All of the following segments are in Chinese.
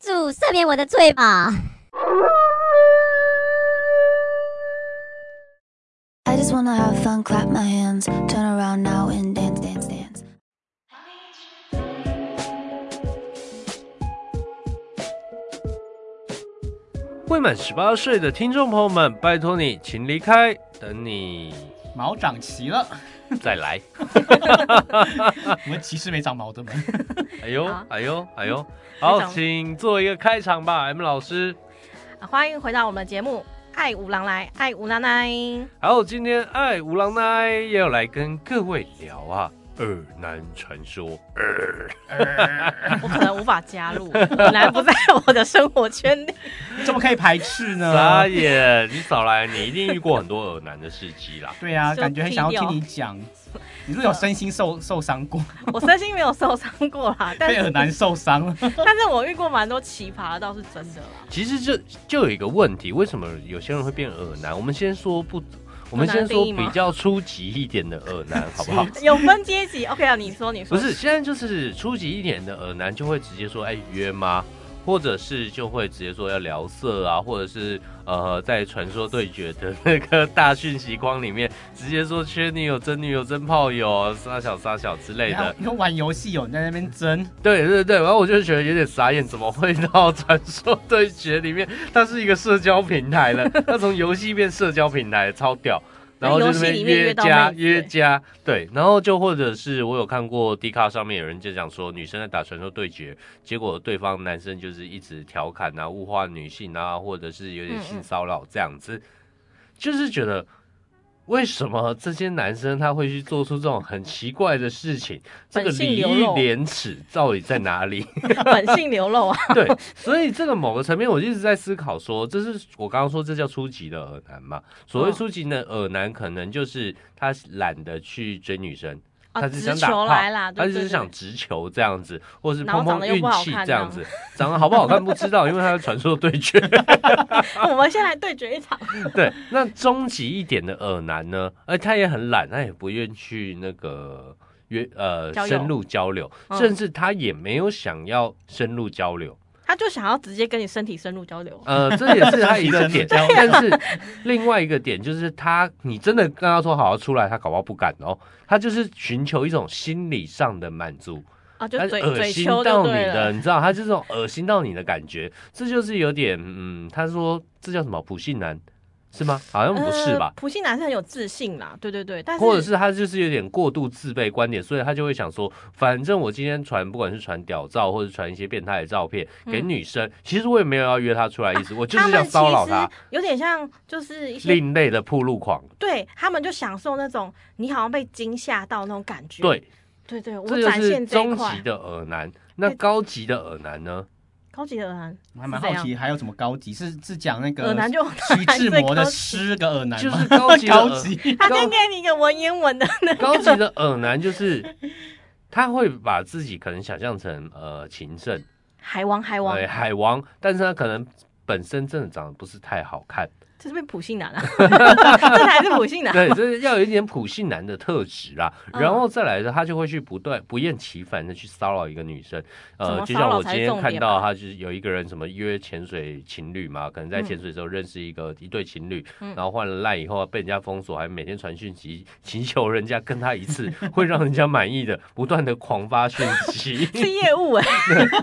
主赦免我的罪吧。 I just wanna have fun, clap my hands, turn around now and dance, dance, dance. 未满十八岁的听众朋友们，拜托你，请离开，等你毛长齐了， 再 来。我们其实没长毛的嘛。 哎呦好，哎 呦，哎呦，好，长请做一个开场吧，M 老师。啊欢迎回到我们的节目《爱五郎来 爱五奶奶》。好，今天爱无郎奶要来跟各位聊啊，二男传 说。我可能无法加入，本来不在我的生活圈内。怎么可以排斥啊呢傻？眼，你少来，你一定遇过很多耳男的事迹 啦。对啊，就感觉很想要听你讲。你是不是有身心受受伤过， 我身心没有受伤过啦， 但被是耳男受 伤了？但是我遇过蛮多奇葩的，倒是真的啦。其实就就有一个问题，为什么有些人会变耳男？我们先说不，我们先说耳男定义吗 比较初级一点的耳男，好不好？有分阶级，OK 啊？你说，你不说，是，现在就是初级一点的耳男就会直接说，哎、约吗？或者是就会直接说要聊色啊，或者是呃，在传说对决的那个大讯息框里面，直接说缺女友、真女友、真炮友、杀小杀小之类然后的。你说玩游戏有你在那边争，对对对，然后我就觉得有点傻眼，怎么会到传说对决里面？它是一个社交平台 了，它从游戏变社交平台，超屌。然后就那游戏边里面约约到加妹子约加，对，然后就或者是我有看过 D 卡上面有人就讲说女生在打传说对决，结果对方男生就是一直调侃啊、物化女性啊，或者是有点嗯性骚扰这样子，就是觉得为什么这些男生他会去做出这种很奇怪的事情？这个本性礼流义露廉耻到底在哪 里？本性流露啊，对，所以这个某个层面，我一直在思考说，这是我刚刚说这叫初级的耳男嘛？所谓嗯初级的耳男，可能就是他懒得去追女生， 他啊，只直想打球炮，来啦，他对只对是想对。直球这样子，或是然后碰长碰得又运不好气看啊这样这子。长得好不好看不知道，因为他是传说对决。我们先来对决一场，对，那终极一点的耳男呢？而他也很懒，他也不愿去那个约呃交友深入交流，嗯甚至他也没有想要深入交流。他就想要直接跟你身体深入交流。啊呃，这也是 他一个点，身体真的但是另外一个点就是他，你真的跟他说好好出来，他搞不好不敢哦。他就是寻求一种心理上的满足，啊，就他嘴恶嘴心丘到就你对的，了，你知道，他就是这种恶心到你的感觉，这就是有点嗯，他说这叫什么普信男是吗？好像不是吧呃？普信男是很有自信啦，对对对，但是或者是他就是有点过度自卑观点，所以他就会想说，反正我今天传不管是传屌照或者传一些变态的照片给嗯女生，其实我也没有要约她出来意思，我就他是们要其骚扰实她。有点像就是一些另类的铺路狂，对他们就享受那种你好像被惊吓到那种感觉。对，对对，我这就展是现这一中级块的耳男。那高级的耳男呢？高级呃的男，我还蛮好是怎奇还有什么高级？是是讲那个 耳男就徐志摩的还是高级诗跟耳男就吗 是？高级的 耳高级，他先给你一个文言文的那高级的耳男就是他会把自己可能想象成呃情圣，海王海王对，海王，但是他可能本身真的长得不是太好看，这是被普信男啊， 这才是普信男。对，就是要有一点普信男的特质啦。嗯然后再来呢，他就会去不断不厌其烦的去骚扰一个女生。怎呃，么就骚像扰我今才是天重看点啊到，吧他就是有一个人什么约潜水情侣嘛，可能在潜水的时候认识一个、一对情侣，嗯。然后换了赖以后被人家封锁，还每天传讯息请求人家跟他一次， 会让人家满意的，不断的狂发讯息 是业务哎、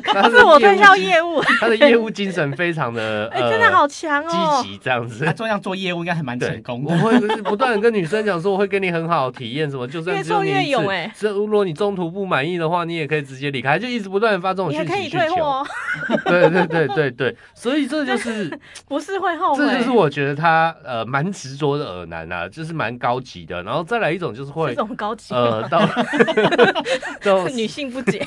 他是我推对销业务，他的业务精神非常的哎、呃真的好强哦积！极这样子他。做样做业务应该还蛮对成功我的。会不断的跟女生讲说，我会给你很好的体验，什么就算越只有挫你越一勇次欸这如果你中途不满意的话，你也可以直接离开，就一直不断的发这种你还讯可息以去退货求。哦，对对对对对，所以这就是不是会 后悔。这就是我觉得他呃蛮执着的耳男啊，就是蛮高级的。然后再来一种就是这会种高级、呃 到到女性不解，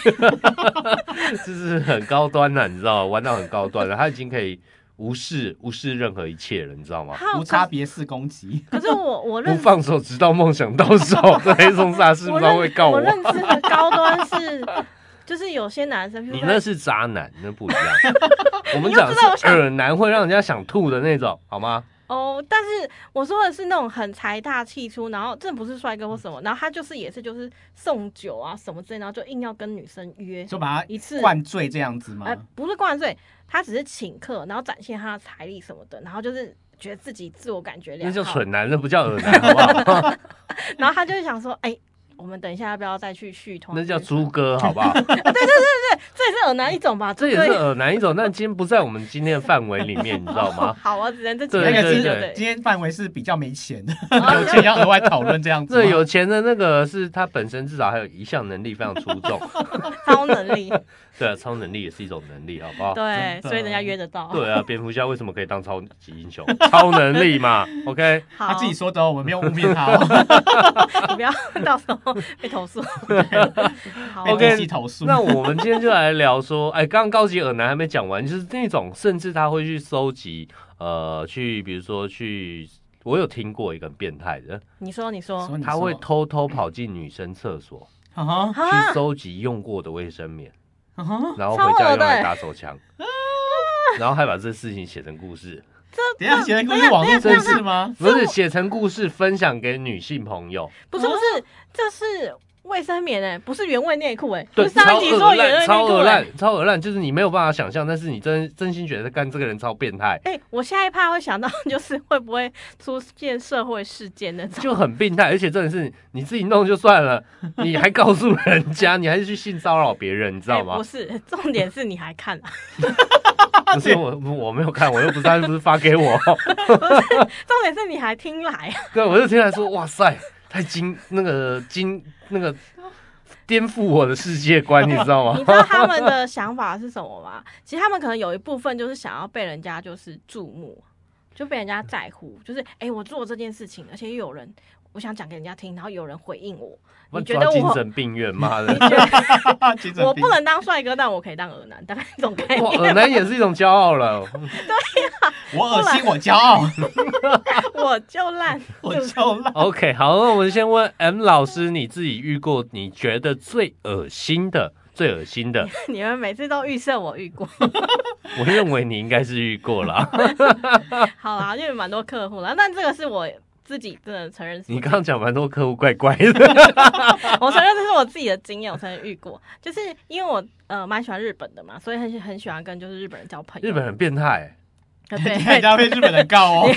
就是很高端了、你知道吗？玩到很高端了，他已经可以无视无视任何一切了，你知道吗？还有无差别式攻击，可是我我不认放手，直到梦想到 手。这黑松萨是不我是他认会告我我？认知的高端是，就是有些男生，譬如你说那是渣男，那不一 样。我们你又讲的知道我是耳男会让人家想吐的那种，好吗？哦，但是我说的是那种很财大气粗，然后真的不是帅哥或什嗯么，然后他就是也是就是送酒啊什么之类，然后就硬要跟女生约就把他一次，啊灌醉这样子吗哎、？不是灌醉，他只是请客，然后展现他的财力什么的，然后就是觉得自己自我感觉那良叫好，蠢男，那不叫耳男，好不好？ 然后他就会想说，哎、我们等一下要不要再去续通？那叫猪哥，好不好？这也是耳男一种吧？这也是对耳男一种，但今天不在我们今天的范围里面，你知道吗？好，我只能这几对那个对是对今天范围是比较没钱的，哦有钱要额外讨论这样子吗。这有钱的那个是他本身至少还有一项能力非常出众， 超能力，对啊，超能力也是一种能力，好不好？对啊真，的所以人家约得到。对啊，蝙蝠侠为什么可以当超级英雄？超能力嘛，OK，好，他自己说的哦，我没有污蔑 他哦，你不要 到时候被投诉。 好被 OK 公系投诉。 那我们今天就来聊说，哎，刚刚高级耳男还没讲完，就是那种甚至他会去搜集，呃，去比如说去，我有听过一个很变态的，你说，你说，说你他说会偷偷跑进女生厕所啊哈啊去搜集用过的卫生棉，啊哈， 然后回家超恶用的来欸打手 枪，然后还把这事情写成故事，等一下写的故事网络故事吗？不是写成故事分享给女性朋友，不是不是，这是卫生棉诶，不是原味内裤诶。对，不是上超一集说恶原烂，味超内裤欸恶诶。烂，超恶烂，就是你没有办法想象，但是你真真心觉得干这个人超变态，哎、我下一趴会想到，就是会不会出现社会事件那种？就很变态，而且真的是你自己弄就算 了，你还告诉人家，你还是去性骚扰别人，你知道哎吗不？是，重点是你还看、 啊，哎不是啊我，我没有看，我又不是他，又不是发给 我，重点是你还听来、啊，对，我就听他说，哇塞，太惊那个惊那个颠覆我的世界 观，你知道吗？你知道他们的想法是什么吗？其实他们可能有一部分就是想要被人家就是注目，就被人家在乎，就是哎、我做这件事情，而且又有人，我想讲给人家听，然后有人回应我，你觉得抓精我神病 院，妈你的！觉得啊精神我病不能当帅哥，但我可以当耳男，大概这种概哇，念。耳男也是一种骄傲了，我恶心，我骄傲， 我就烂，我就是 骄 傲。 OK，好，那我们先问 M 老师，你自己遇过你觉得最恶心的、最恶心的？你们每次都预设我遇过。我认为你应该是遇过啦。好啦，因为蛮多客户啦，但这个是我自己真的承认是我，你刚刚讲蛮多客户怪怪 的，我承认这是我自己的经验，我承认遇过，就是因为我呃蛮喜欢日本的嘛，所以很很喜欢跟就是日本人交朋友。日本很变态、对 你看人对，家被日本人告哦，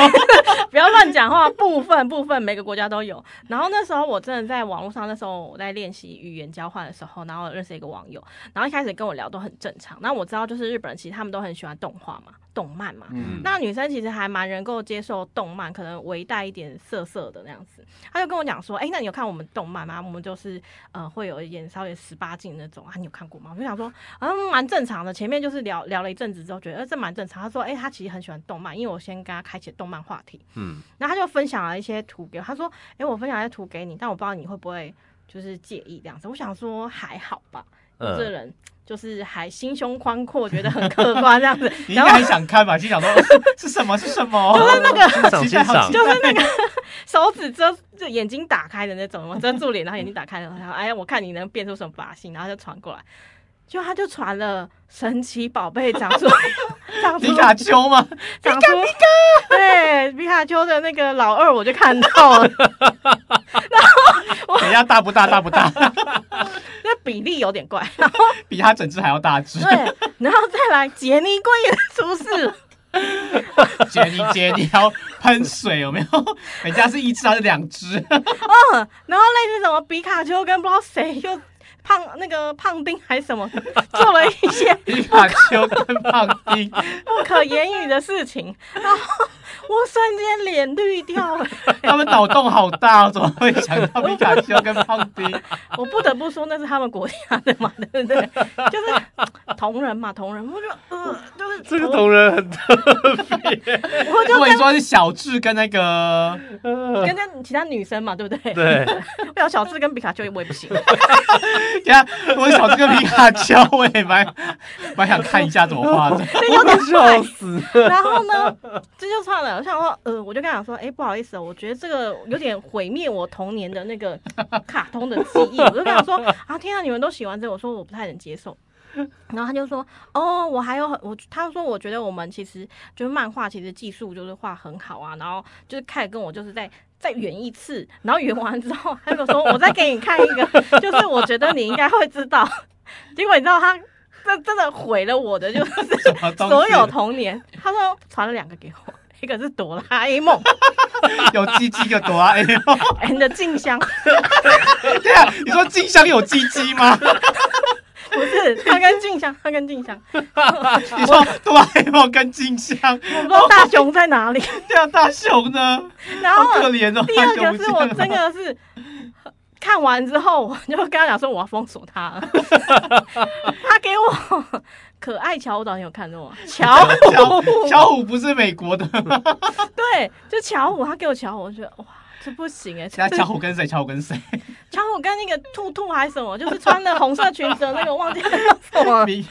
不要乱讲话，部分部分每个国家都有。然后那时候我真的在网络上，那时候我在练习语言交换的时候，然后我认识一个网友，然后一开始跟我聊都很正常。那我知道就是日本人其实他们都很喜欢动画嘛，动漫嘛。嗯，那女生其实还蛮能够接受动漫，可能微带一点色色的那样子。她就跟我讲说：“哎、那你有看我们动漫吗？啊我们就是呃会有一点稍微十八禁那种啊，你有看过吗？”我就想说，嗯，蛮正常的。前面就是聊聊了一阵子之后，觉得、呃、这蛮正常。她说：“哎、她其实很喜欢动漫，因为我先跟她开启动漫话题，嗯，然后她就分享了一些图给我。她说：‘哎、我分享一些图给你，但我不知道你会不会就是介意这样子。’我想说还好吧，嗯这人。”就是还心胸宽阔，觉得很客观这样子 ，你应然该后很想看吧？心想说 是是什么是什 么？就是那个欣赏期待欣赏好期，待 手指遮就眼睛打开的那种，我遮住脸，然后眼睛打开的，然后哎呀，我看你能变出什么把戏，然后就传过来，就他就传了神奇宝贝长出长出皮卡丘吗？长出对皮卡丘的那个老二，我就看到 了，等一下大不大？大不大？ 那比例有点怪，比他整只还要大只 对。，然后再来杰尼龟也出事了，杰尼杰尼还要喷水有没有？人家是一只还是两 只？嗯，然后类似什么皮卡丘跟不知道谁又。胖那个胖丁还是什么，做了一些皮卡丘跟胖丁，不可言语的事情，然后我瞬间脸绿掉了。他们脑洞好大哦，怎么会想到皮卡丘跟胖丁？我不得不说那是他们国家的嘛，对不对？就是同人嘛，同人，我就呃，就是这个我同人很我如就果你说是小智跟那个跟跟其他女生嘛，对不对？ 对，不小小智跟皮卡丘我也不行，对啊，我小这个皮卡丘，我也蛮蛮想看一下怎么画的。我都笑死。然后呢，这就算了。我想说，呃，我就跟他讲说，哎、不好意思哦，我觉得这个有点毁灭我童年的那个 卡通的记忆。我就跟他说，啊，天啊，你们都喜欢这个，我说我不太能接受。然后他就说，哦，我还有很我，他说我觉得我们其实就是漫画，其实技术就是画很好啊，然后就是开始跟我就是在。再圆一次，然后圆完之后， 他就说：“我再给你看一个，就是我觉得你应该会知道。”结果你知道他这真的毁了我的，就是什么东西所有童年。 他说传了两个给我， 一个是哆啦 A 梦有鸡鸡有哆啦 A 梦。 and 静香，对啊，你说静香有鸡鸡吗？不是他跟静香，他跟静香，你说哆啦 A 梦跟静香，我不知道大雄在哪 里。对啊，大雄呢？然好后可怜哦，第二大雄个不是见我了真的是看完之后，我就跟他讲说我要封锁他 了。他给我可爱乔舞蹈，你有看到吗？乔小舞，小虎不是美国的吗？对，就乔舞，他给我乔舞，我觉得哇。这不行哎、现在这小虎跟谁？小虎跟谁？乔虎跟那个兔兔还是什么，就是穿的红色裙子的那个，忘记了叫什么。你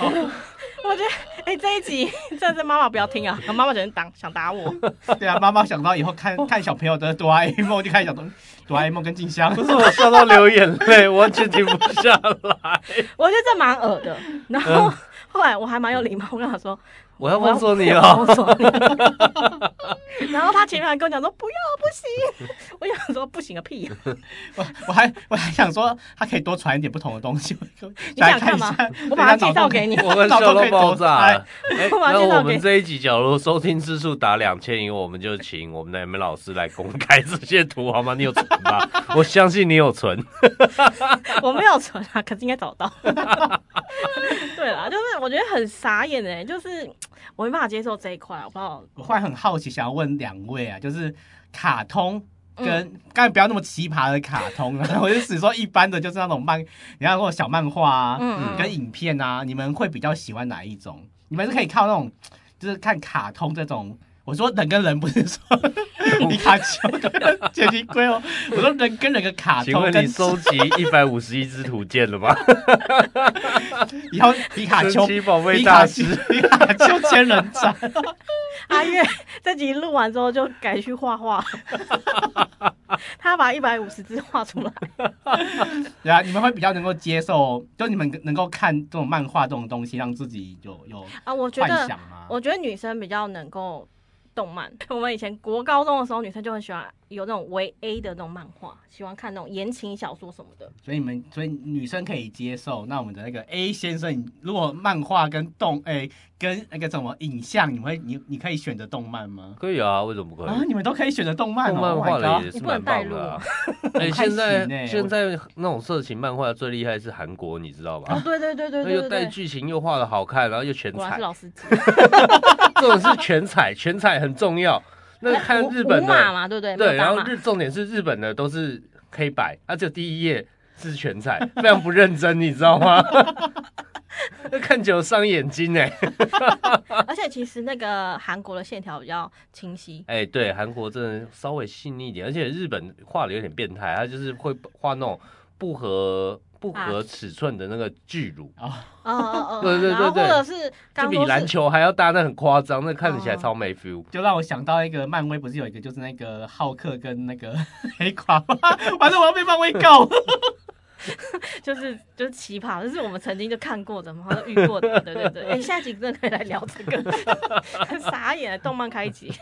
我觉得，哎、这一集真的是妈妈不要听啊，妈妈只能打想打我。对啊，妈妈想到以后哦看看小朋友的哆啦 A 梦，就开始想到哆啦 A 梦跟静香不。是我笑到流眼泪，完全停不下来。我觉得这蛮恶的。然后后来我还蛮有礼貌，我跟他说嗯我要封锁你我要哦！封锁你。然后他前面还跟我讲说不要不行，我想说不行个屁、啊我我还我还想说，他可以多传一点不同的东西。你想看吗？我把它介绍给你。 你。我们笑到爆炸了。哎我马那上介绍我们给这一集，假如收听次数达两千以后，我们就请我们的 M 老师来公开这些图好吗？你有存吗？ 我相信你有存。我没有存啊，可是应该找到。 对啦，就是我觉得很傻眼哎、就是我没办法接受这一块，好不好？我忽然很好奇，想要问两位啊，就是卡通嗯跟刚才不要那么奇葩的卡通 啊，我就只说一般的，就是那种漫，你要说小漫画啊，嗯嗯跟影片啊，你们会比较喜欢哪一种？你们是可以看那种，就是看卡通这种。我说人跟人不是说 皮卡丘跟杰尼龟哦，我说人跟人的卡请通问跟你收集一百五十一只图鉴 了吗？以后皮卡丘神奇宝贝皮大卡丘师，皮卡丘千人斩，阿月这集录完之后就改去画画， 他把一百五十字画出来。对啊，你们会比较能够接受，就你们能够看这种漫画这种东西，让自己有有啊，我觉幻得，想吗？我觉得女生比较能够动漫。 我们以前国高中的时候，女生就很喜欢有那种唯 A 的那种漫画，喜欢看那种言情小说什么的。所以你们，所以女生可以接受。那我们的那个 A 先生，你如果漫画跟动哎、跟那个什么影像，你会你你可以选择动漫吗？可以啊，为什么不可啊，以？你们都可以选择动漫、哦，动漫 Oh 画 my 的 god 也是蛮棒的、啊。哎，你不能现带入很开心欸在现在那种色情漫画最厉害是韩国，你知道哦吧，？对对对对啊那对又对带对，剧情，又画的好看，然后又全果然彩是，老司机。这种是全彩，全彩很重要。 那个看五日本五码的，嘛，对不对？没对，有大然后码日重点是日本的都是黑白，啊，只有第一页是全彩，非常不认真，你知道吗？ 那看久了伤眼睛哎、而且其实那个韩国的线条比较 清晰。哎、对，韩国真的稍微细腻一点，而且日本画的有点变态，它就是会画那种不合不啊合尺寸的那个巨乳，哦哦哦，对对对然后对或者是就刚比说篮是球还要大，那很夸张，那看哦起来超没 feel。 就让我想到一个漫威，不是有一个就是那个浩克跟那个 黑寡妇， 反正我要被漫威告 了。就是就是奇葩，就是我们曾经就看过的嘛，然后遇过的，对对对。哎、下一集真的可以来聊这 个，很傻眼，动漫开集，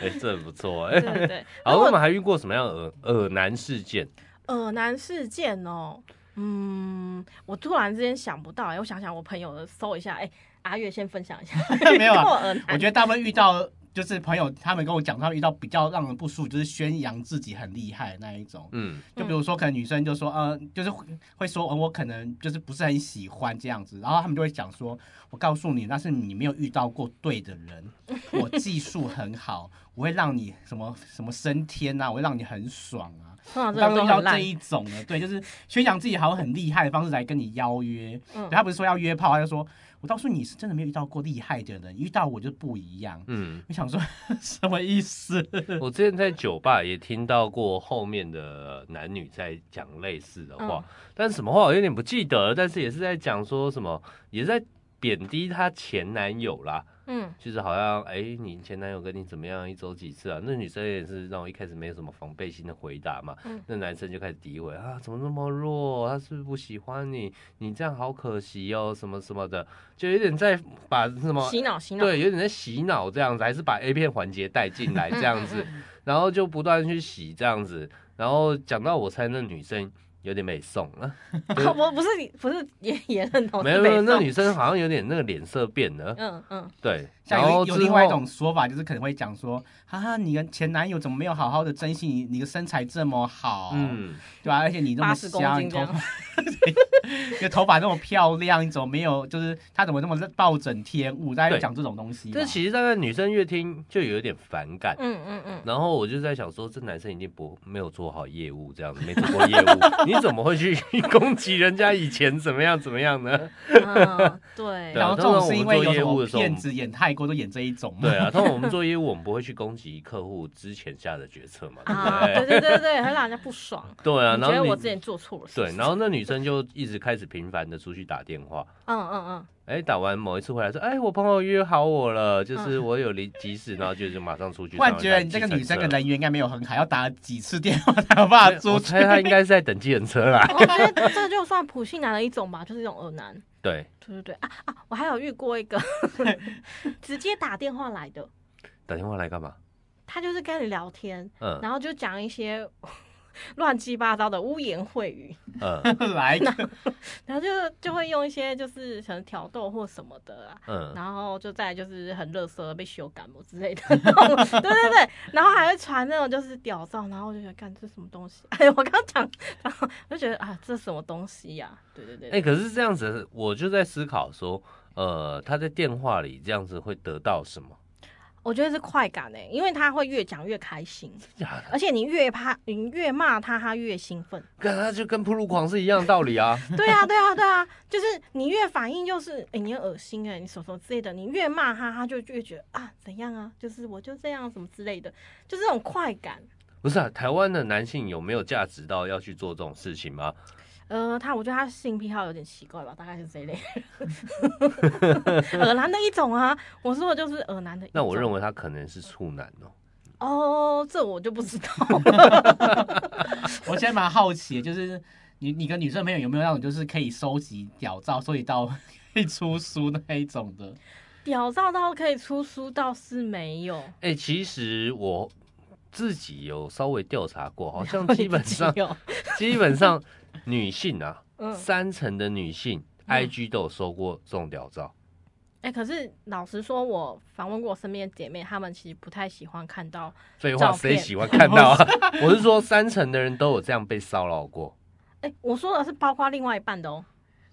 哎、这很不错哎、对对对。好，如我果们还遇过什么样的耳耳男事件？耳男事件哦，嗯，我突然之间想不到、哎，我想想我朋友的搜一下，哎、阿月先分享一下，没有啊跟我耳男，我觉得大部分遇到就是朋友，他们跟我讲，他们遇到比较让人不舒服，就是宣扬自己很厉害的那一种。嗯，就比如说，可能女生就说，呃，就是会会说、呃，我可能就是不是很喜欢这样子，然后他们就会讲说，我告诉你，那是你没有遇到过对的 人，我技术很好，我会让你什么什么升天啊，我会让你很爽啊。通常这当种然遇到都很这烂，一种的，对，就是宣扬自己好像很厉害的方式来跟你邀约，嗯他不是说要约炮，他就说，我告诉你是真的没有遇到过厉害的人，遇到我就不一样。嗯，我想说 什么意思？我之前在酒吧也听到过后面的男女在讲类似的嗯话，但是什么话我有点不记得了，但是也是在讲说什么，也是在贬低她前男友啦，嗯，就是好像哎、你前男友跟你怎么样，一周几次啊？那女生也是让我一开始没有什么防备心的回答嘛，嗯那男生就开始诋毁啊，怎么那么弱？他是不是不喜欢你？你这样好可惜哦，什么什么的，就有点在把什么洗脑洗脑，对，有点在洗脑这样子，还是把 A 片环节带进来 这嗯样子，然后就不断去洗这样子，然后讲到我猜那女生有点美送啊，我不是你，不是也也认哦同是没有北没有，那宋女生好像有点那个脸色变了，嗯嗯，对，像然后有有之另外一后种说法，就是可能会讲说，哈哈，你跟前男友怎么没有好好的珍惜你？你的身材这么好，嗯，对吧、而且你那么80公香，斤你这头样发，你的头发那么漂亮，你怎么没有？就是他怎么那么暴殄天物？大家对讲这种东西嘛，这其实大概女生越听就有点反感。嗯嗯嗯，然后我就在想说，这男生一定不没有做好业务，这样子没做过业务，你怎么会去 攻击人家以前怎么样怎么样呢？嗯对对然啊后这种通常我们是因为做有业什务么的时候骗子演太多都演这一种嘛。对啊，通常我们做业务，我们不会去攻击客户之前下的决策嘛，对不啊，对？对对对对，会让人家不爽。对啊，你然觉后得你我之前做错了是不对是？，然后那女生就一直开始频繁的出去打电话，嗯嗯嗯，哎，打完某一次回来说，哎，我朋友约好我了，嗯就是我有临急事，然后就就马上出去。突然觉得你这个女生的人缘应该没有很好，要打几次电话才有办法我出去猜。她应该是在等计程车啦。我觉得这就算普信男的一种吧，就是一种恶男。对，对对对啊啊！我还有遇过 一个直接打电话来的，打电话来干嘛？他就是跟你聊天，嗯然后就讲一些 乱七八糟的污言秽语， 嗯来一个，然后就就会用一些就是可能挑逗或什么的啊。嗯，然后就再来就是很热色被修感嘛之类的，然后 对对对，然后还会传那种就是屌照，然后我就觉得干这什么东西？ 哎，我刚讲，然后我就觉得啊，这什么东西呀、对对对，哎，可是这样子，我就在思考说，呃，她在电话里这样子会得到什么？我觉得是快感哎、因为他会越讲越开心，假的，而且你越怕，你越骂他，他越兴奋。跟她就跟铺路狂是一样的道理 啊。对啊，对啊，对啊，就是你越反应就是，哎、你很恶心哎、你什么什么之类的，你越骂他，他就越觉得啊，怎样啊，就是我就这样什么之类的，就是这种快感。不是啊，台湾的男性有没有价值到要去做这种事情吗？呃，他我觉得他性癖好有点奇怪吧，大概是 这一类， 耳男的一种啊。我说的就是耳男的一种。那我认为为他可能是处男哦。哦，这我就 不知道。我现在蛮好奇的，就是你你跟女生朋友有没有那种就是可以收集屌照，收集到 可以出书那一种的？屌照到可以出书倒是没有，哎、其实我自己有稍微调查 过， 好像基本上没有。 基本上女性啊，嗯，三成的女性嗯 IG 都有收过这种屌照。哎、可是老实说，我访问过我身边的姐妹，她们其实不太喜欢看到废照话，谁片喜欢看到 啊？ 我是说，三成的人都有这样被骚扰过。哎、我说的是包括另外一半的哦，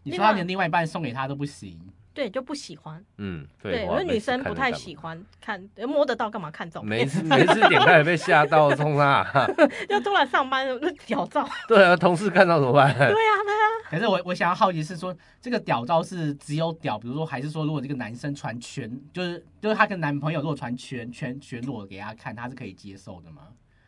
你说他连另外一半送给他都不行，对，就不喜欢，嗯，对，废因话，为女生不太喜喜。欢看，呃摸得到干嘛看照每片？次每次点开也被吓到，冲啊！ 就突然上班那屌照，对啊，同事看到怎么办 对？啊，对啊，可是我我想要好奇是说，这个屌照是只有屌，比如说还是说，如果这个男生传全，就是就是她跟男朋友如果传全全全裸给她看，她是可以接受的吗？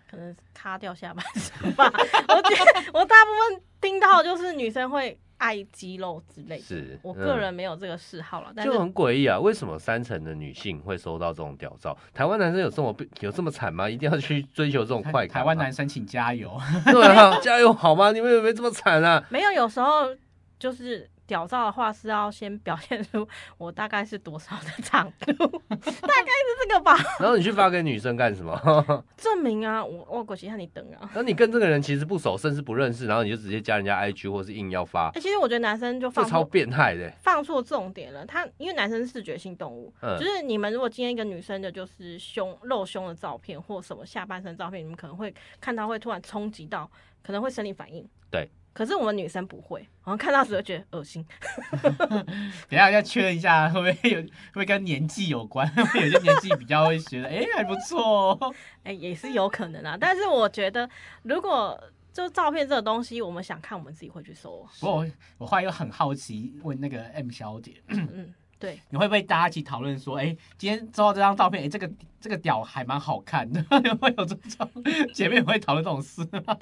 可能擦掉下 半身吧。我觉得我大部分听到的就是女生会爱肌肉之类的，是我嗯个人没有这个嗜好了，但是就很诡异啊！为什么三成的女性会收到这种屌照？台湾男生有这么有这么惨吗？一定要去追求这种快感吗？台湾男生请加油， 对啊， 加油好吗？你们有没有这么惨啊？没有，有时候就是屌照的话是要先表现出我大概是多少的长 度，大概是这个吧，然后你去发给女生干什么？ 证明啊，我我过去让你等啊。那你跟这个人其实不熟，甚至不认识，然后你就直接加人家 IG 或是硬要发哎、，其实我觉得男生就这放超错变态的欸、放错重点了，他因为男生是视觉性动物，嗯就是你们如果今天一个女生的就是胸露胸的照片或什么下半身照片，你们可能会看到会突然冲击到，可能会生理反应。对。可是我们女生不会，然后看到只会觉得恶心。等一下要确认一下，会不会有会不会跟年纪有关？ 会不会有些年纪比较会觉得，哎、还不错哦。哎、也是有可能啊。但是我觉得，如果就照片这个东西，我们想看，我们自己会去搜。哦不过我我后来又很好奇，问那个 M 小姐，嗯，对，你会不会大家一起讨论说，哎、今天收到这张照片，哎、这个这个屌还蛮好看的， 会有这种姐妹会讨论这种事吗？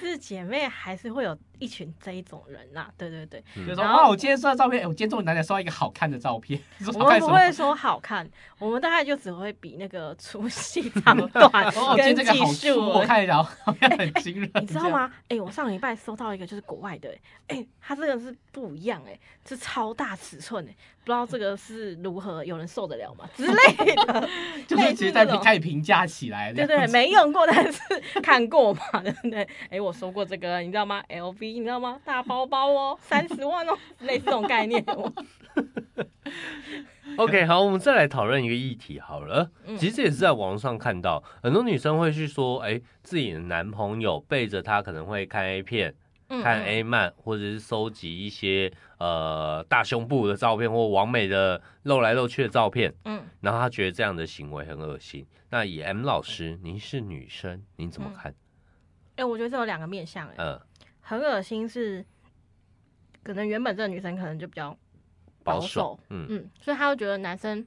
是姐妹还是会有一群这一种人呐、对对对，就说然后哇，我今天收到照片，哎、我今天终于难得收到一个好看的照片， 你说我好们看什不么？会说好看，我们大概就只会比那个粗细 长短哦，我今跟天这个技好术粗，而我已。看了 好像很惊人，你知道？吗？哎、我上礼拜收到一个就是国外的、哎、它这个是不一样、哎，是欸超大尺寸、哎，不知道这个是如何有人受得了吗之类的 ，就是其实在那种开始评价起来 对的。对，没用过，但是看过嘛，对不对？ 哎，我说过这个，你知道吗？LV，你知道吗？大包包 哦，三十万哦，类似这种概 念。我 OK，好，我们再来讨论一个议题好了。嗯其实也是在网上看到，很多女生会去说，哎、自己的男朋友背着她可能会看 A 片、嗯看 A 漫，或者是收集一些呃大胸部的照片或完美的露来露去的照片，嗯，然后她觉得这样的行为很恶心。那以 M 老师，您是女生，您怎么嗯看？哎，我觉得这有两个面向，哎，嗯，很恶心是，可能原本这个女生可能就比较保保守守，嗯嗯，所以他会觉得男生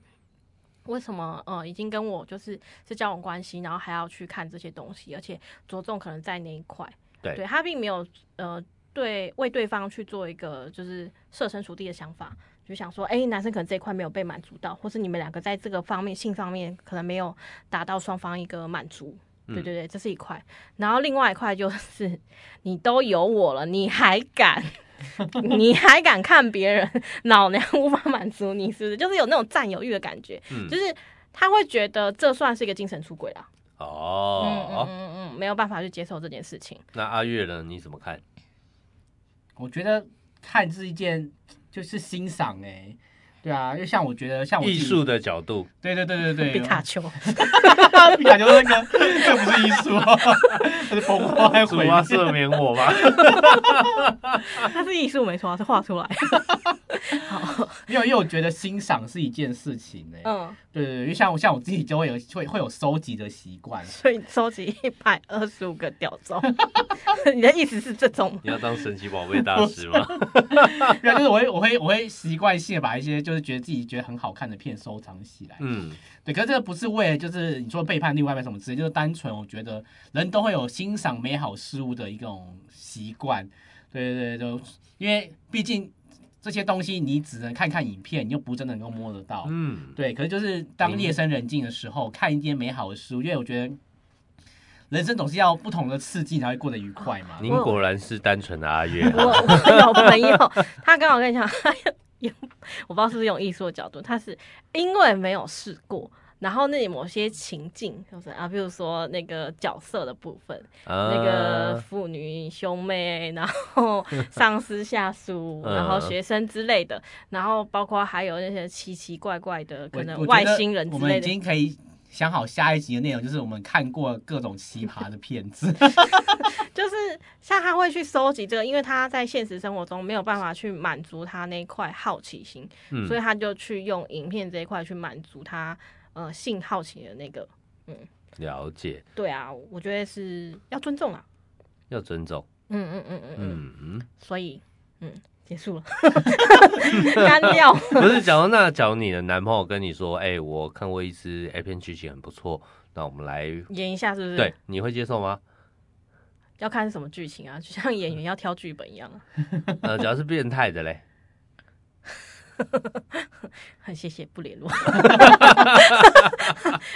为什么呃已经跟我就是是交往关系，然后还要去看这些东西，而且着重可能在那一块，对他并没有呃对为对方去做一个就是设身处地的想法。就想说，哎、男生可能这一块没有被满足到，或是你们两个在这个方面性上面可能没有达到双方一个满足，嗯对对对，这是一块。然后另外一块就是，你都有我了，你还敢， 你还敢看别人，老娘无法满足你，是不是？就是有那种占有欲的感觉，嗯，就是他会觉得这算是一个精神出轨啦。嗯嗯哦，嗯嗯，没有办法去接受这件事情。那阿月呢？你怎么看？我觉得看是一件就是欣赏哎、对啊，因为像我觉得像我自艺己术，的角度，对对对对皮对，卡 丘，皮卡丘那个，这不是艺 术哦，这是崩坏主毁啊，灭。赦免我 吧。它是艺术没错啊，是画出来。好，没有，因为我觉得欣赏是一件事情呢、欸嗯，对对对，因为像我像我自己就会有会会有收集的习 惯，所以收集一百二十五个吊 钟，你的意思是这种吗？你要当神奇宝贝大师 吗？对啊，就是我会我会我会习惯性地把一些就是觉得自己觉得很好看的片收藏起来。嗯，对，可是这个不是为了就是你说背叛另外一半什么之类，就是单纯我觉得人都会有欣赏美好事物的一种习惯。对对对，就因为毕竟这些东西你只能看看影片，你又不真的能够摸得到。嗯，对，可是就是当明夜深人静的时候，看一些美好的事物，因为我觉得人生总是要不同的刺激才会过得愉快嘛。您果然是单纯的阿月啊、我我有朋友，他刚好跟你讲， 他用我不知道是不是用艺术的角度，他是因为没有试过。然后那里某些情境，就是啊，比如说那个角色的部分，啊那个父女兄妹，然后上司下 属，嗯然后学生之类的，然后包括还有那些奇奇怪怪的，我可能我觉外得星人之我们类已的。经可以想好下一集的内容，就是我们看过各种奇葩的片 子。就是像他会去收集这个，因为他在现实生活中没有办法去满足他那一块好奇心，嗯所以他就去用影片这一块去满足他呃性好奇的那个。了解，对啊，我觉得是要尊重啊。要尊重。嗯嗯嗯嗯嗯，嗯嗯，所以嗯结束了， 干掉。 不是，假如那假如你的男朋友跟你说，哎、我看过一支 A 片剧情很不错，那我们来，演一下是不是？对，，你会接受 吗？要看是什么剧情啊，就像演员要挑剧本一样啊。呃，假如是变态的 嘞，很谢谢不联络。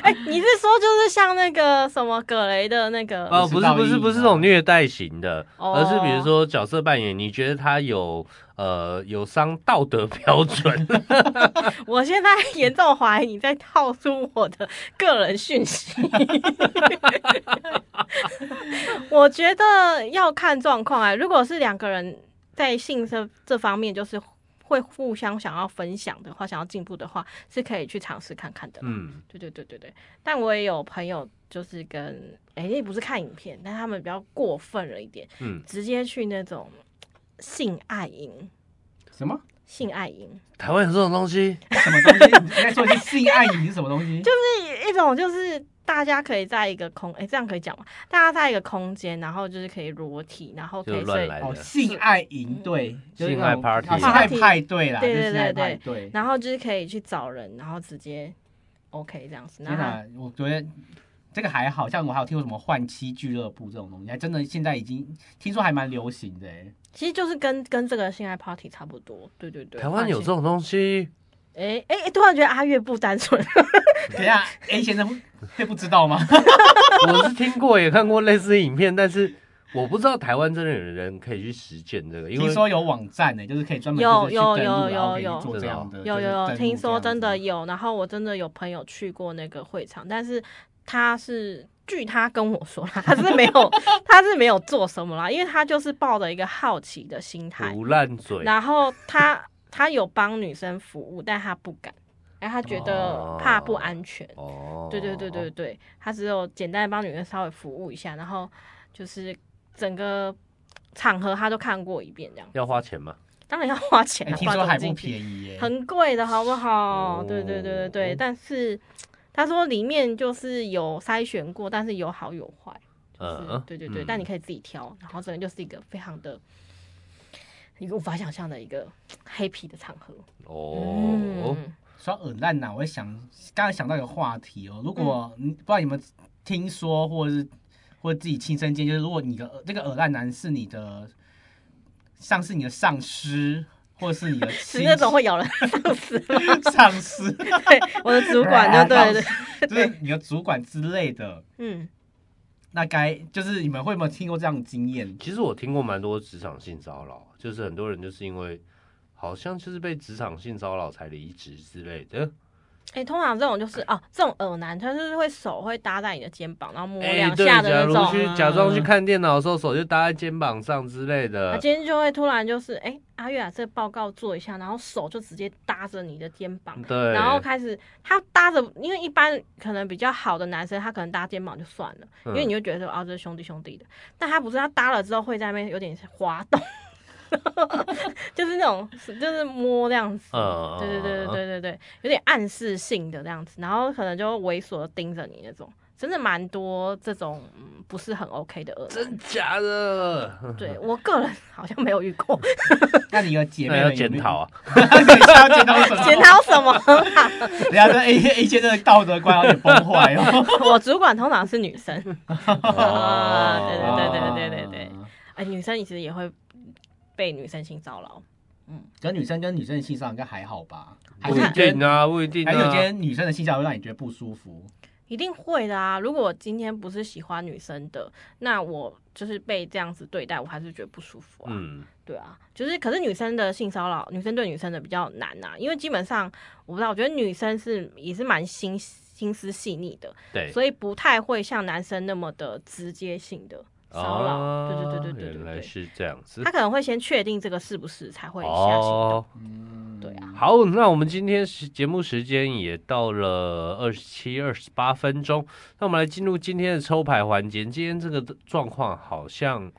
哎、你是说就是像那个什么葛雷的那个？哦，不是不是不是这种虐待型的，哦而是比如说角色扮演，你觉得他有呃有伤道德标准？ 我现在严重怀疑你在套出我的个人讯息。 我觉得要看状况哎，如果是两个人在性这这方面就是会互相想要分享的话，想要进步的话，是可以去尝试看看的。嗯，对对对对对，但我也有朋友就是跟哎，也不是看影片，但他们比较过分了一点，嗯，直接去那种性爱营，什么性爱营台湾有这种东西？什么东西？你在说的是性爱影是什么东西？就是一种就是大家可以在一个空哎，这样可以讲吗？大家在一个空间，然后就是可以裸体，然后可就以乱睡来哦，的，性爱营对，就是那种性爱 party 啊性爱派对啦，嗯对对就是性爱对对派对。然后就是可以去找人，然后直接 OK 这样子。天那哪，我觉得这个还好像我还有听过什么换妻俱乐部这种东西，还真的现在已经听说还蛮流行的欸。其实就是跟跟这个性爱 party 差不多，对对对。台湾有这种东西？哎哎，诶突然觉得阿月不单纯，等一 下，A 先生会不知道吗？我是听过也看过类似的影片，但是我不知道台湾真的有人可以去实践这个，因为听说有网站呢、就是可以专门有就是去有登录有然后可以有做这样的，有呃就是有登有录听这样说子真的有，然后我真的有朋友去过那个会场，但是他是据他跟我说啦，他是 没有他是没有做什么啦，因为他就是抱着一个好奇的心态，胡烂嘴，然后他他有帮女生服务，但他不敢，然后他觉得怕不安全。哦，对对对对，对，他只有简单地帮女生稍微服务一下，然后就是整个场合他都看过一遍这样。要花钱吗？当然要花钱哎、啊，听说还不宜，便宜耶、很贵的好不好哦？对对对对对，哦但是他说里面就是有筛选过，但是有好有坏，嗯嗯嗯，对对对，嗯但你可以自己挑，然后整个就是一个非常的。一个无法想象的一个 happy 的场合，哦，嗯说耳烂啊呐，我也想刚才想到一个话题哦，如果嗯你、不知道你们听说或者是或者自己亲身经历，就是如果你的这个耳烂男是你的像是你的上司，或者是 你的是亲那种会咬人的上司， 上司， 对，我的主管哎就对对，就是你的主管之类的，嗯，那该就是你们会没有听过这样的经验？其实我听过蛮多职场性骚扰，就是很多人就是因为好像就是被职场性骚扰才离职之类的。哎、通常这种就是哦，这种耳男，他就是会手会搭在你的肩膀，然后摸哎，两对，下的假那如种。嗯去啊假装去看电脑的时候，手就搭在肩膀上之类他的。啊今天就会突然就是，哎、阿月啊，这报告做一下，然后手就直接搭着你的肩膀，对，然后开始他搭着，因为一般可能比较好的男生，他可能搭肩膀就算了，因为你嗯会觉得说，哦，这是兄弟兄弟的，但他不是，他搭了之后会在那边有点滑动， 就是那种就是摸这样子，嗯对对对嗯对对对对，有点暗示性的这样子，然后可能就猥琐的盯着你那种，真的蛮多这种嗯不是很 OK 的恶男真。假的，对我个人好像没有遇过，那你的姐妹那们要有没有检讨， 啊。要检讨 什么？检讨什么 啊？人家这 A A 先生的道德观有点崩坏哦。我主管通常是女生，啊哦对对对对对对对啊。哎、女生其实也会被女生性骚扰。可女生跟女生的性骚扰应该还好吧？还不是一有些定啊，不一定还有些啊。女生的性骚扰会让你觉得不舒服。一定会的啊！如果我今天不是喜欢女生的，那我就是被这样子对待，我还是觉得不舒服啊。嗯，对啊，就是可是女生的性骚扰，女生对女生的比较难呐、因为基本上我不知道，我觉得女生是也是蛮心心思细腻的，对。所以不太会像男生那么的直接性的骚扰。对对对对对哦原对来对，是这样子他。可能会先确定这个是不是，才会下行动。哦，嗯，对啊。好，那我们今天时节目时间也到了二十七、二十八分钟，那我们来进入今天的抽牌环节。今天这个状况好像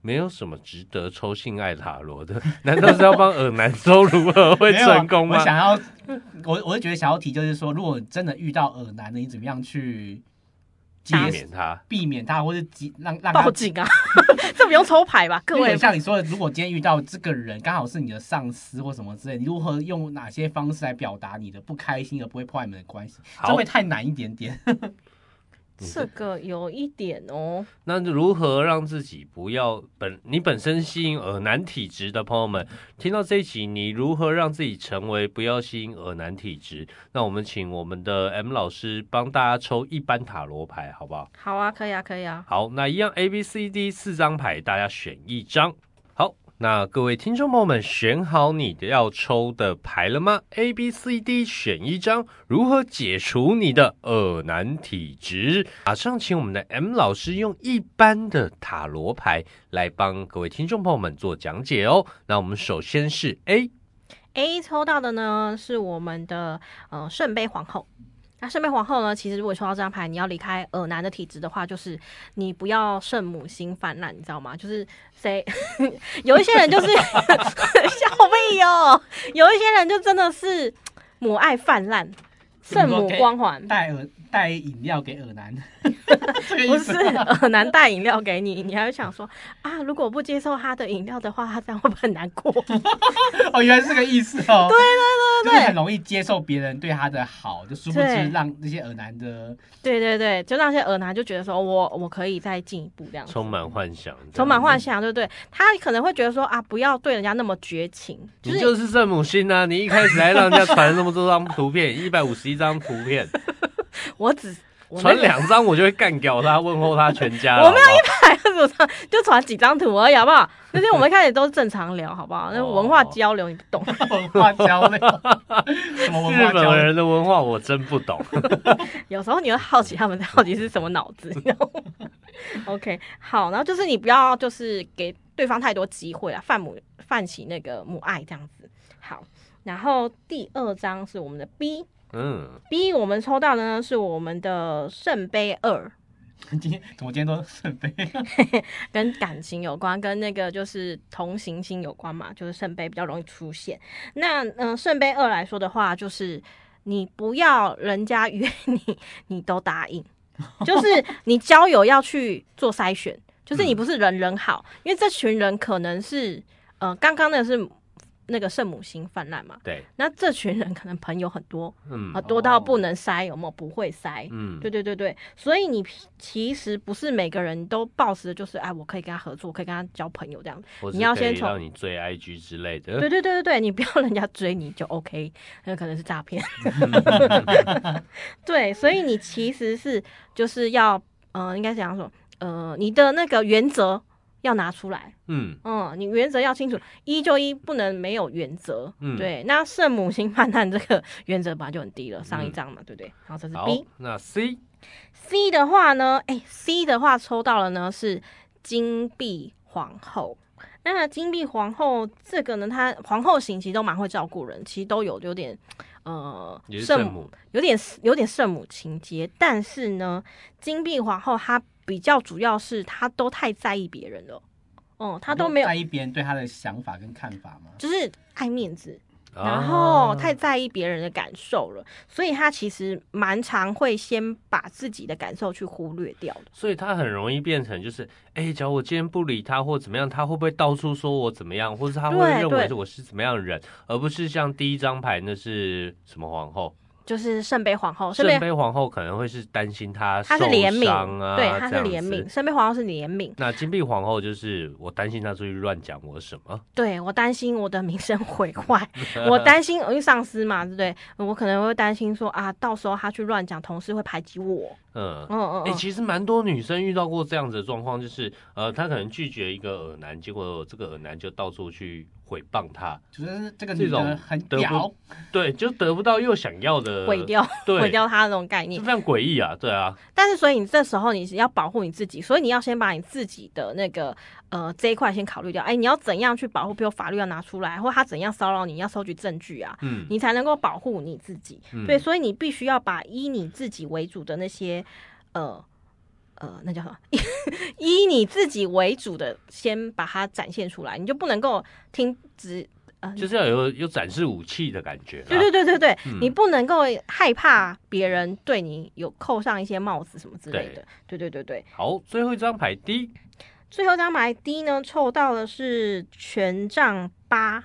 没有什么值得抽性爱塔罗的，难道是要 帮尔南抽如何会没有啊成功吗我？想要， 我我就觉得想要提，就是说，如果真的遇到耳男的，你怎么样去解避免他，避免他，或者及让让报他？警啊！ 这不用抽牌吧，各因为位？像你说的，如果今天遇到这个人刚好是你的上司或什么之类，你如何用哪些方式来表达你的不开心而不会破坏你们的关系？好这会太难一点点。这个有一点哦，那如何让自己不要本你本身吸引耳男体质的朋友们，听到这一集，你如何让自己成为不要吸引耳男体质？那我们请我们的 M 老师帮大家抽一般塔罗牌，好不好？好啊，可以啊，可以啊。好，那一样 A、B、C、D 四张牌，大家选一张。好，那各位听众朋友们，选好你的要抽的牌了吗？A、B、C、D 选一张，如何解除你的耳难体质？马上请我们的 M 老师用一般的塔罗牌来帮各位听众朋友们做讲解哦。那我们首先是 A， A 抽到的呢是我们的呃圣杯皇后。那圣杯皇后呢？其实如果抽到这张牌，你要离开耳男的体质的话，就是你不要圣母心泛滥，你知道吗？就是谁 有一些人就是 笑屁哦，有一些人就真的是母爱泛滥，圣母光环。带耳带饮料 给耳男，这个不意是思耳男带饮料给你，你还会想说啊，如果不接受他的饮料的话，他这样会不会很难过？ 哦，原来是这个意思哦。对对对对就是很容易接受别人对他的好，就殊不对知让那些耳男的对对对，就让那些耳男就觉得说我我可以再进一步这样子，充满幻想，充满幻想，对不对？他可能会觉得说啊，不要对人家那么绝情，就你是就是圣母心啊！你一开始还让人家传那么多张图片，一百五十一张图片，我只我那传个 两张我就会干掉他，问候他全家了。我没好有不好拍什么，就传几张图而已，好不好？那天我们开始都是正常聊，好不好？那哦文化交流你不懂， 文化交流，什么文日化交本流？人的文化我真不懂。有时候你会好奇他们到底是什么脑子，你知道吗？OK，好，然后就是你不要就是给对方太多机会啊，犯母泛起那个母爱这样子。好，然后第二张是我们的 B，B 嗯，我们抽到的呢是我们的圣杯二，今天怎么今天都是被跟感情有关，跟那个就是同行星有关嘛，就是圣杯比较容易出现。那嗯，呃圣、杯二来说的话，就是你不要人家约你，你都答应，就是你交友要去做筛选，就是你不是人人好，因为这群人可能是呃，刚刚那个是那个圣母星泛滥嘛，对，那这群人可能朋友很多嗯啊、呃多到哦不能筛，有没有不会筛？嗯，对对对对，所以你其其实不是每个人都抱持的就是哎，我可以跟他合作，可以跟他交朋友这样。或你是要可以先从让你追 IG 之类的。对对对对对，你不要人家追你就 OK，那可能是诈 骗。对，所以你其实是就是要呃，应该怎样说？呃，你的那个原则要拿出来，嗯，嗯，你原则要清楚，一就一，不能没有原则。嗯对，那圣母心泛滥这个原则本来就很低了，上一嗯章嘛，对不对？然后这是好 B。，那 C， C 的话呢，哎、c 的话抽到了呢是金币皇后。那金币皇后这个呢，她皇后型其实都蛮会照顾人，其实都有有点呃也是圣母，有点有点圣母情节。但是呢，金币皇后她比较主要是她都太在意别人了，哦、她都没有在意别人对他的想法跟看法吗？就是爱面子，然啊后太在意别人的感受了，所以她其实蛮常会先把自己的感受去忽略掉的。所以他很容易变成就是，哎、假如我今天不理他或怎么样，他会不会到处说我怎么样，或是他会对认为对我是怎么样的人，而不是像第一张牌那是什么皇后，就是圣杯皇后，圣圣杯杯皇后可能会是担心他受哦她是怜悯，伤啊，对，她是这样子怜悯，。圣杯皇后是怜悯。那金币皇后就是我担心他出去乱讲我什么，对我担心我的名声毁 坏，我担心因为上司嘛，对不对？我可能会担心说啊，到时候他去乱讲，同事会排挤我。嗯。嗯嗯哎、嗯，其实蛮多女生遇到过这样子的状况，就是呃，她可能拒绝一个耳男，结果这个耳男就到处去诽谤她，就是这个女这种的很德屌国，对，就得不到又想要的，毁掉呃对毁掉他的那种概就念非。常诡异啊，对啊，但是所以你这时候你是要保护你自己，所以你要先把你自己的那个呃这一块先考虑掉。哎，你要怎样去保护？比如法律要拿出来，或他怎样骚扰你，你要收集证据啊。嗯，你才能够保护你自己。嗯对，所以你必须要把以你自己为主的那些，呃呃，那叫什么？ 以你自己为主的，先把它展现出来，你就不能够听只呃，就是要有有展示武器的感觉啦。对对对对对，嗯你不能够害怕别人对你有扣上一些帽子什么之类的。对对对对，好，最后一张牌 D，最后一张牌 D 呢，抽到的是权杖八。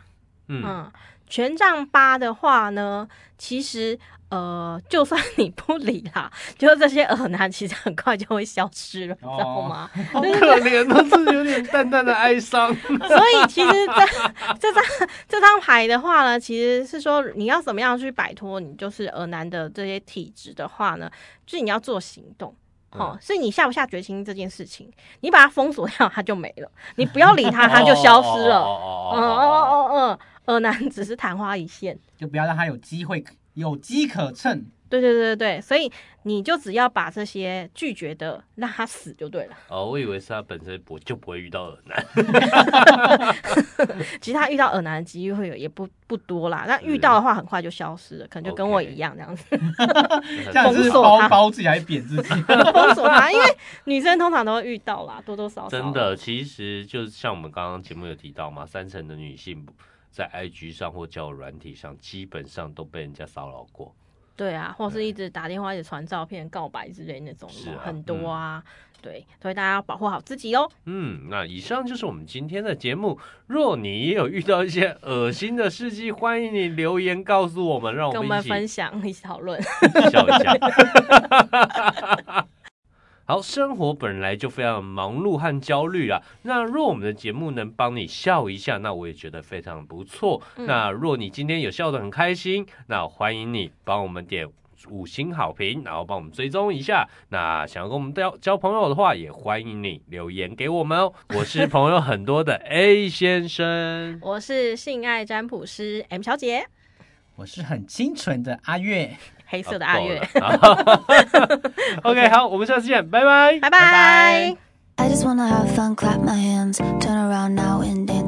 嗯，嗯，权杖八的话呢，其实呃，就算你不理啦，就是这些耳男其实很快就会消失了，你知道哦吗？好可怜哦，这有点淡淡的哀伤。所以其实这这张这张牌的话呢，其实是说你要怎么样去摆脱你就是耳男的这些体质的话呢，就是你要做行动。哦，是你下不下决心这件事情，你把它封锁掉，它就没了；你不要理它，它就消失了。哦嗯哦嗯哦哦哦嗯嗯，耳男只是昙花一现。就不要让他有机会有机可乘。对对对对对，所以你就只要把这些拒绝的让他死就对了。哦，我以为是他本身不就不会遇到耳男。其实他遇到耳男的机会也不不多啦，那遇到的话很快就消失了，可能就跟我 OK 一样这样子 这样子是封锁他包包自己还是贬自己？封锁他，因为女生通常都会遇到啦，多多少少。真，的，其实就是像我们刚刚节目有提到嘛，三成的女性在 IG 上或交友软体上，基本上都被人家骚扰过。对啊，或是一直打电话、一直传照片、告白之类那种是啊很多啊。对，所以大家要保护好自己哦。嗯，那以上就是我们今天的节目。若你也有遇到一些恶心的事迹，欢迎你留言告诉我们，让跟我我们们一起分享、一起讨论。 笑一下。好，生活本来就非常忙碌和焦虑啊。那若我们的节目能帮你笑一下，那我也觉得非常不错。嗯，那若你今天有笑得很开心，那欢迎你帮我们点五星好评，然后帮我们追踪一下。那想要跟我们交交朋友的话，也欢迎你留言给我们哦。我是朋友很多的 A 先生 我是性爱占卜师 M 小姐， 我是很清纯的阿月，黑色的阿月，啊。够了 OK，好，我们下次见，拜拜。拜拜 拜拜。 I just wanna have fun, clap my hands, turn around now and dance.